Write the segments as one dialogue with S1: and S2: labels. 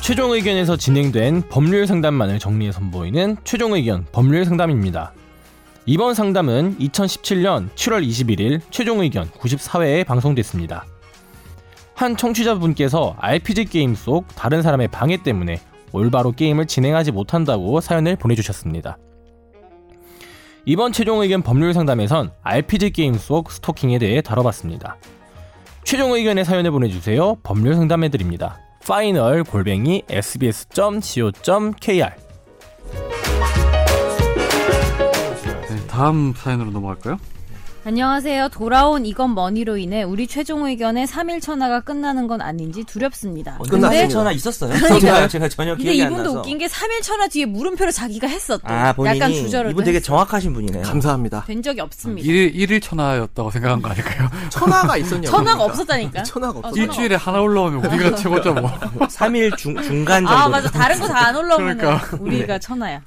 S1: 최종 의견에서 진행된 법률 상담만을 정리해 선보이는 최종 의견 법률 상담입니다. 이번 상담은 2017년 7월 21일 최종 의견 94회에 방송됐습니다. 한 청취자분께서 RPG 게임 속 다른 사람의 방해 때문에 올바로 게임을 진행하지 못한다고 사연을 보내주셨습니다. 이번 최종 의견 법률 상담에선 RPG 게임 속 스토킹에 대해 다뤄봤습니다. 최종 의견의 사연을 보내주세요. 법률 상담해드립니다. 파이널 골뱅이 sbs.co.kr
S2: 네, 다음 사연으로 넘어갈까요?
S3: 안녕하세요. 돌아온 이건 머니로 인해 우리 최종 의견의 3일 천하가 끝나는 건 아닌지 두렵습니다.
S4: 끝났어요.
S3: 근데,
S4: 네, 전화 있었어요.
S3: 그러니까요.
S4: 제가 전혀
S3: 근데
S4: 기억이 안 나서.
S3: 이분도 웃긴 게 3일 천하 뒤에 물음표를 자기가 했었대.
S4: 아 본인이
S3: 약간 주저를
S4: 이분 되게 정확하신 분이네요.
S5: 감사합니다.
S3: 된 적이 없습니다.
S2: 일일, 일일 천하였다고 생각한 거 아닐까요?
S5: 천하가 있었냐고.
S3: 천하가 없었다니까.
S5: 천하가 없었.
S3: 어,
S2: 일주일에 하나 올라오면 우리가 최고죠 뭐.
S4: 3일 중, 중간 네. 정도.
S3: 아 맞아 다른 거 다 안 올라오면
S2: 그러니까.
S3: 우리가 천하야.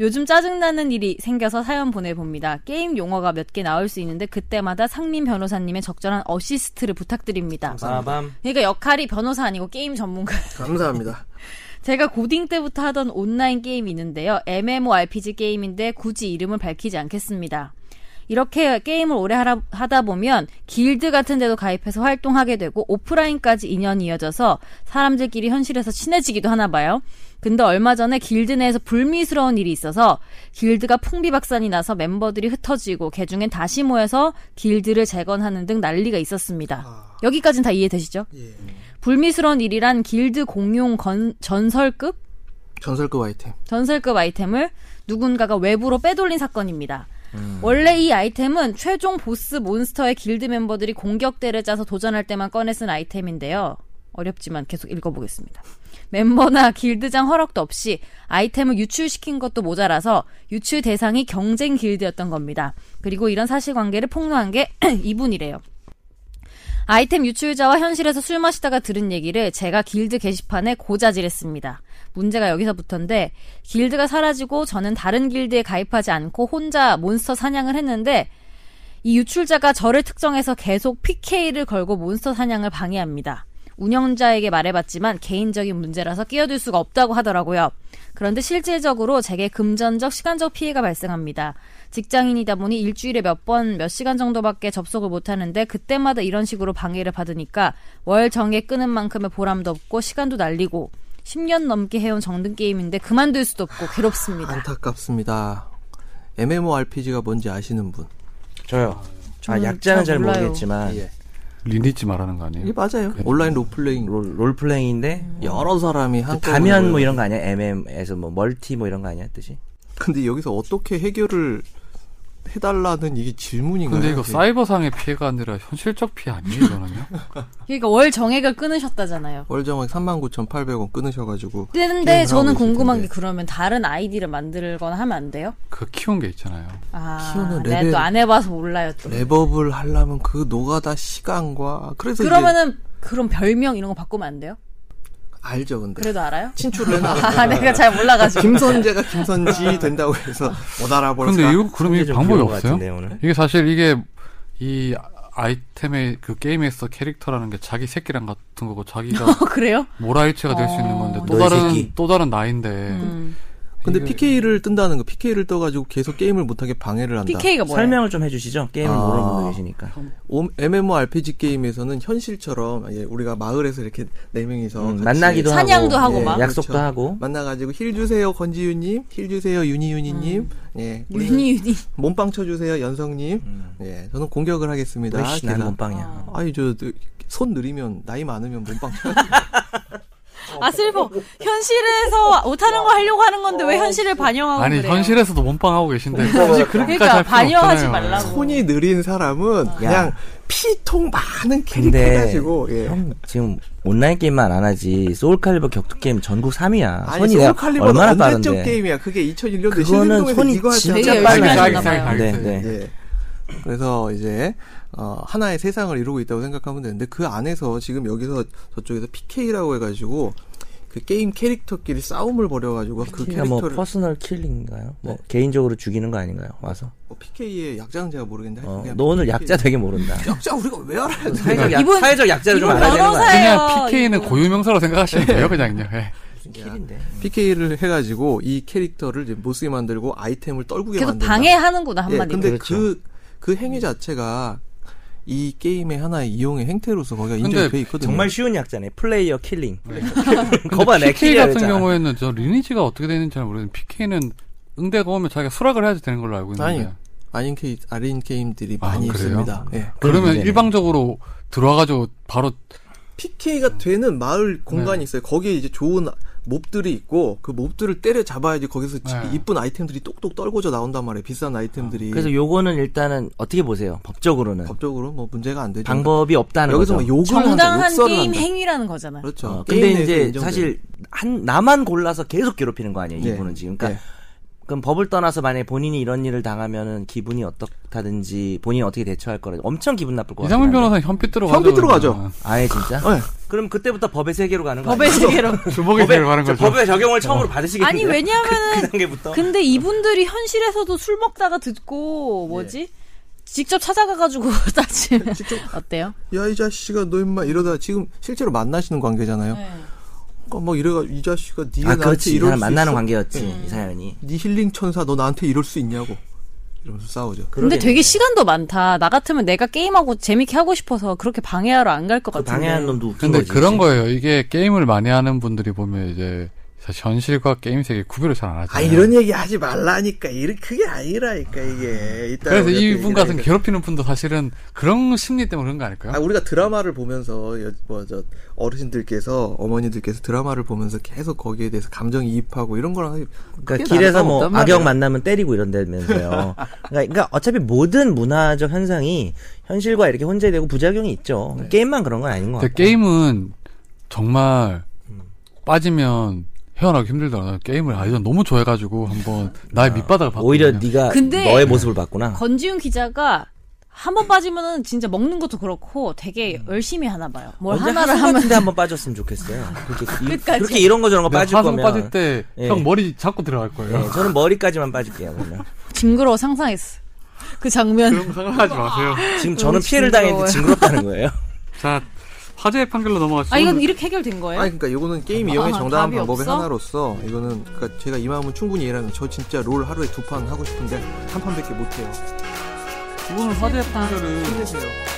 S3: 요즘 짜증나는 일이 생겨서 사연 보내봅니다. 게임 용어가 몇 개 나올 수 있는데 그때마다 상민 변호사님의 적절한 어시스트를 부탁드립니다.
S4: 빠밤.
S3: 그러니까 역할이 변호사 아니고 게임 전문가.
S5: 감사합니다.
S3: 제가 고딩 때부터 하던 온라인 게임이 있는데요. MMORPG 게임인데 굳이 이름을 밝히지 않겠습니다. 이렇게 게임을 오래 하라- 하다 보면 길드 같은 데도 가입해서 활동하게 되고 오프라인까지 인연이 이어져서 사람들끼리 현실에서 친해지기도 하나 봐요. 근데 얼마 전에 길드 내에서 불미스러운 일이 있어서 길드가 풍비박산이 나서 멤버들이 흩어지고 개중엔 다시 모여서 길드를 재건하는 등 난리가 있었습니다. 여기까지는 다 이해되시죠? 불미스러운 일이란 길드 공용 건- 전설급
S5: 전설급 아이템.
S3: 전설급 아이템을 누군가가 외부로 빼돌린 사건입니다. 원래 이 아이템은 최종 보스 몬스터의 길드 멤버들이 공격대를 짜서 도전할 때만 꺼내 쓴 아이템인데요. 어렵지만 계속 읽어보겠습니다. 멤버나 길드장 허락도 없이 아이템을 유출시킨 것도 모자라서 유출 대상이 경쟁 길드였던 겁니다. 그리고 이런 사실관계를 폭로한 게 이분이래요. 아이템 유출자와 현실에서 술 마시다가 들은 얘기를 제가 길드 게시판에 고자질했습니다. 문제가 여기서부터인데 길드가 사라지고 저는 다른 길드에 가입하지 않고 혼자 몬스터 사냥을 했는데 이 유출자가 저를 특정해서 계속 PK를 걸고 몬스터 사냥을 방해합니다. 운영자에게 말해봤지만 개인적인 문제라서 끼어들 수가 없다고 하더라고요. 그런데 실질적으로 제게 금전적, 시간적 피해가 발생합니다. 직장인이다 보니 일주일에 몇 번 몇 시간 정도밖에 접속을 못하는데 그때마다 이런 식으로 방해를 받으니까 월 정액 끄는 만큼의 보람도 없고 시간도 날리고 10년 넘게 해온 정든 게임인데 그만둘 수도 없고
S5: 아.
S3: 괴롭습니다.
S5: 안타깝습니다. MMORPG가 뭔지 아시는 분.
S4: 저요. 아
S3: 저는
S4: 약자는
S3: 잘
S4: 잘
S3: 몰라요.
S4: 모르겠지만
S5: 예.
S2: 리니지 말하는 거 아니에요?
S5: 이게 맞아요. 온라인 네. 롤플레잉
S4: 롤, 롤플레잉인데
S3: 음.
S5: 여러 사람이 한
S4: 가면 뭐 이런 거 아니야? MM에서 뭐 멀티 뭐 이런 거 아니야 뜻이?
S5: 근데 여기서 어떻게 해결을 해달라는 이게 질문인가요?
S2: 근데 이거
S5: 이게?
S2: 사이버상의 피해가 아니라 현실적 피해 아니에요 이거는요?
S3: 그러니까 월 정액을 끊으셨다잖아요.
S5: 월정액 39,800원 끊으셔가지고
S3: 근데
S5: 게임을 하고
S3: 저는
S5: 네, 있을
S3: 궁금한 게
S5: 텐데.
S3: 그러면 다른 아이디를 만들거나 하면 안 돼요?
S2: 그 키운 게 있잖아요.
S3: 아,
S5: 키우는
S3: 내가
S5: 레벨-
S3: 또 안 해봐서 몰라요. 또.
S5: 랩업을 하려면 그 노가다 시간과 그래서 이제
S3: 그러면은 그럼 별명 이런 거 바꾸면 안 돼요?
S5: 알죠 근데
S3: 그래도 알아요?
S5: 친출을 해놔
S3: 아, 내가 잘 몰라가지고.
S5: 김선재가 김선지 된다고 해서 못 알아보는
S2: 근데 이거 그럼 이
S4: 좀
S2: 방법이
S4: 귀여운 것
S2: 없어요?
S4: 같은데, 오늘?
S2: 이게 사실 이게 이 아이템의 그 게임에서 캐릭터라는 게 자기 새끼랑 같은 거고 자기가
S3: 어, 그래요?
S2: 모라일체가 될 수
S3: 어.
S2: 있는 건데 또
S4: 너의
S2: 다른
S4: 새끼.
S2: 또 다른 나인데
S3: 음.
S5: 근데 PK를 뜬다는 거 PK를 떠가지고 계속 게임을 못하게 방해를 한다
S3: PK가 뭐예요?
S4: 설명을 좀 해주시죠. 게임을
S5: 아.
S4: 모르는 분도 계시니까.
S5: 오- MMORPG 게임에서는 현실처럼 예, 우리가 마을에서 이렇게 네 명이서
S4: 음,
S5: 같이
S4: 만나기도
S3: 사냥도
S4: 하고,
S3: 하고
S4: 예,
S3: 막.
S4: 약속도
S5: 그렇죠.
S4: 하고.
S5: 만나가지고 힐 주세요 건지유님 힐 주세요 유니유니님
S4: 음.
S5: 예 우리는
S3: 유니 유니.
S5: 몸빵 쳐주세요 연성님 예 저는 공격을 하겠습니다
S4: 아, 으이씨, 난
S5: 계속.
S4: 몸빵이야.
S5: 아니 저 손 느리면 나이 많으면 몸빵 쳐요.
S3: 아 슬퍼. 현실에서 못하는 거 하려고 하는 건데 왜 현실을 반영하고
S2: 아니
S3: 그래요?
S2: 현실에서도 몸빵하고 계신데 굳이 그렇게까지
S3: 그러니까
S2: 할 필요
S3: 반영하지
S2: 없잖아요.
S3: 말라고.
S5: 손이 느린 사람은 그냥 피통 많은 캐릭터
S4: 근데
S5: 가지고 예.
S4: 형 지금 온라인 게임만 안 하지 소울칼리버 격투 게임 전국 3위야.
S5: 아니
S4: 손이 내가
S5: 소울칼리버는
S4: 얼마나
S5: 언제적
S4: 빠른데.
S5: 게임이야 그게 2001년도
S4: 그거는
S5: 신림동에서
S4: 손이
S5: 이거 할때
S3: 진짜
S5: 하잖아.
S3: 빨리
S2: 아니,
S3: 하시나
S2: 자기 생각이
S3: 봐요.
S2: 다르지.
S4: 네, 네.
S5: 예. 그래서 이제 어, 하나의 세상을 이루고 있다고 생각하면 되는데 그 안에서 지금 여기서 저쪽에서 PK라고 해가지고 그 게임 캐릭터끼리 싸움을 벌여가지고 그
S4: 그러니까 뭐
S5: 캐릭터를 네.
S4: 퍼스널 킬링인가요? 뭐 개인적으로 죽이는 거 아닌가요? 와서
S5: PK의 뭐 약자는 제가 모르겠는데
S4: 어,
S5: 하여튼 그냥
S4: 너 오늘
S5: PK
S4: 약자 되게 모른다.
S5: 약자 우리가 왜 알아야 돼?
S4: 사회적, 약,
S3: 이분-
S4: 사회적 약자를 좀
S3: 이분
S4: 알아야 되는 거 아니야?
S3: 변호사예요,
S2: 그냥 PK는
S3: 이거.
S2: 고유명사로 생각하시면 돼요, 그냥 그냥. 예.
S4: 킬인데.
S5: PK를 해가지고 이 캐릭터를 이제 못쓰게 만들고 아이템을 떨구게
S3: 계속
S5: 만든다.
S3: 방해하는구나
S5: 예,
S3: 한마디로.
S5: 근데
S4: 그렇죠.
S5: 그, 그 행위 자체가 이 게임의 하나의 이용의 행태로서 거기가 인정이
S2: 근데
S5: 돼 있거든요.
S4: 정말 쉬운 약자네. 플레이어 킬링. 거봐 내
S2: PK
S4: 킬이야.
S2: 같은 경우에는 저 리니지가 어떻게 되는지 잘 모르겠는데 PK는 응대가 오면 자기가 수락을 해야지 되는 걸로 알고 있는데.
S5: 아니요. 아닌 게임, 아닌 게임들이
S2: 아,
S5: 많이
S2: 그래요?
S5: 있습니다. 예.
S2: 그러면
S4: 문제네.
S2: 일방적으로 들어와가지고 바로
S5: PK가 되는 마을 공간이 있어요. 거기에 이제 좋은 몹들이 있고 그 몹들을 때려 잡아야지 거기서
S2: 네.
S5: 이쁜 아이템들이 똑똑 떨궈져 나온단 말이에요. 비싼 아이템들이.
S4: 그래서 요거는 일단은 어떻게 보세요? 법적으로는
S5: 법적으로 뭐 문제가 안 되죠.
S4: 방법이 없다는
S5: 여기서
S4: 거죠.
S5: 뭐 욕을 한다,
S3: 정당한
S5: 욕설을
S3: 게임
S5: 한다.
S3: 행위라는 거잖아. 요
S5: 그렇죠.
S4: 어,
S5: 게임
S4: 근데
S5: 내에서
S4: 이제
S5: 인정돼요.
S4: 사실 한 나만 골라서 계속 괴롭히는 거 아니에요?
S5: 네.
S4: 이분은 지금. 그러니까
S5: 네.
S4: 그럼 법을 떠나서 만약에 본인이 이런 일을 당하면은 기분이 어떻다든지 본인이 어떻게 대처할 거라 엄청 기분 나쁠 것 같아요.
S2: 이상민 변호사 현피 들어가죠.
S5: 뭐 현피 들어가죠.
S4: 아예 진짜?
S5: 네.
S4: 그럼 그때부터 법의 세계로 가는 거예요?
S3: 법의 세계로.
S2: 주먹이
S4: 법의-
S2: 들어가는
S4: 저
S2: 거죠.
S4: 법의 적용을 처음으로 받으시겠네요.
S3: 아니 왜냐면은
S4: 그 단계부터.
S3: 근데 이분들이 현실에서도 술 먹다가 듣고 뭐지? 직접 찾아가가지고 따지면 어때요?
S5: 야 이 자식아 너 임마 이러다 지금 실제로 만나시는 관계잖아요.
S2: 네.
S5: 그러니까 막 이래가 이 자식아 니가
S4: 아
S5: 나한테
S4: 그렇지. 이
S5: 이럴
S4: 사람
S5: 수
S4: 만나는
S5: 있어?
S4: 관계였지 이 사연이.
S5: 니 힐링 천사 너 나한테 이럴 수 있냐고 이러면서 싸우죠.
S3: 근데
S4: 그러겠네.
S3: 되게 시간도 많다. 나 같으면 내가 게임하고 재밌게 하고 싶어서 그렇게 방해하러 안 갈 것
S4: 그
S3: 같은데.
S4: 방해하는 놈도 웃긴
S2: 근데
S4: 거지.
S2: 그런
S4: 그치?
S2: 거예요. 이게 게임을 많이 하는 분들이 보면 이제 사실 현실과 게임 세계 구별을 잘 안 하죠.
S5: 아 이런 얘기 하지 말라니까 이게 그게 아니라니까 이게 이따
S2: 그래서
S5: 우리가 또
S2: 이분
S5: 얘기를
S2: 같은
S5: 해야
S2: 괴롭히는 분도 사실은 그런 심리 때문에 그런 거 아닐까요?
S5: 아 우리가 드라마를 보면서 여- 뭐, 저, 어르신들께서 어머니들께서 드라마를 보면서 계속 거기에 대해서 감정이입하고 이런 거랑 사실
S4: 그러니까
S5: 크게
S4: 길에서
S5: 다를
S4: 뭐
S5: 건 없단
S4: 악역
S5: 말이야.
S4: 만나면 때리고 이런다면서요. 그러니까, 그러니까 어차피 모든 문화적 현상이 현실과 이렇게 혼재되고 부작용이 있죠. 게임만 그런 건 아닌 것
S2: 근데
S4: 같아요.
S2: 게임은 정말 빠지면 헤어나기 힘들더라. 나 게임을 아예 전 너무 좋아해가지고 한번 나의 밑바닥을 봤거든요.
S4: 오히려 네가
S3: 근데-
S4: 너의 모습을 봤구나.
S3: 건지훈 기자가 한 번 빠지면은 진짜 먹는 것도 그렇고 되게 열심히 하나 봐요. 뭘
S4: 음. 언제
S3: 하나를
S4: 하나를
S3: 하면
S4: 하는데 한번 빠졌으면 좋겠어요. 그렇게, 이,
S3: 끝까지.
S4: 그렇게 이런 거 저런 거
S2: 네, 내가
S4: 빠질
S2: 화성
S4: 거면.
S2: 빠질 때 형
S4: 예.
S2: 머리 잡고 들어갈 거예요.
S4: 네, 저는 머리까지만 빠질게요. 그러면.
S3: 징그러워 상상했어. 그 장면.
S2: 그런 상상하지 마세요.
S4: 지금 저는
S3: 너무
S4: 피해를 당했는데 징그럽다는 거예요.
S2: 자 화제의 판결로 넘어가시죠.
S3: 아 이건 이렇게 해결된 거예요?
S5: 아니 그러니까 이거는 게임 이용의
S3: 아,
S5: 정당한
S3: 답이
S5: 방법의
S3: 없어?
S5: 하나로서 이거는 그러니까 제가 이 마음은 충분히 이해하는 저 진짜 롤 하루에 두 판 하고 싶은데 한 판밖에 못 해요.
S2: 오늘 화제의 판결은
S5: 힘내세요.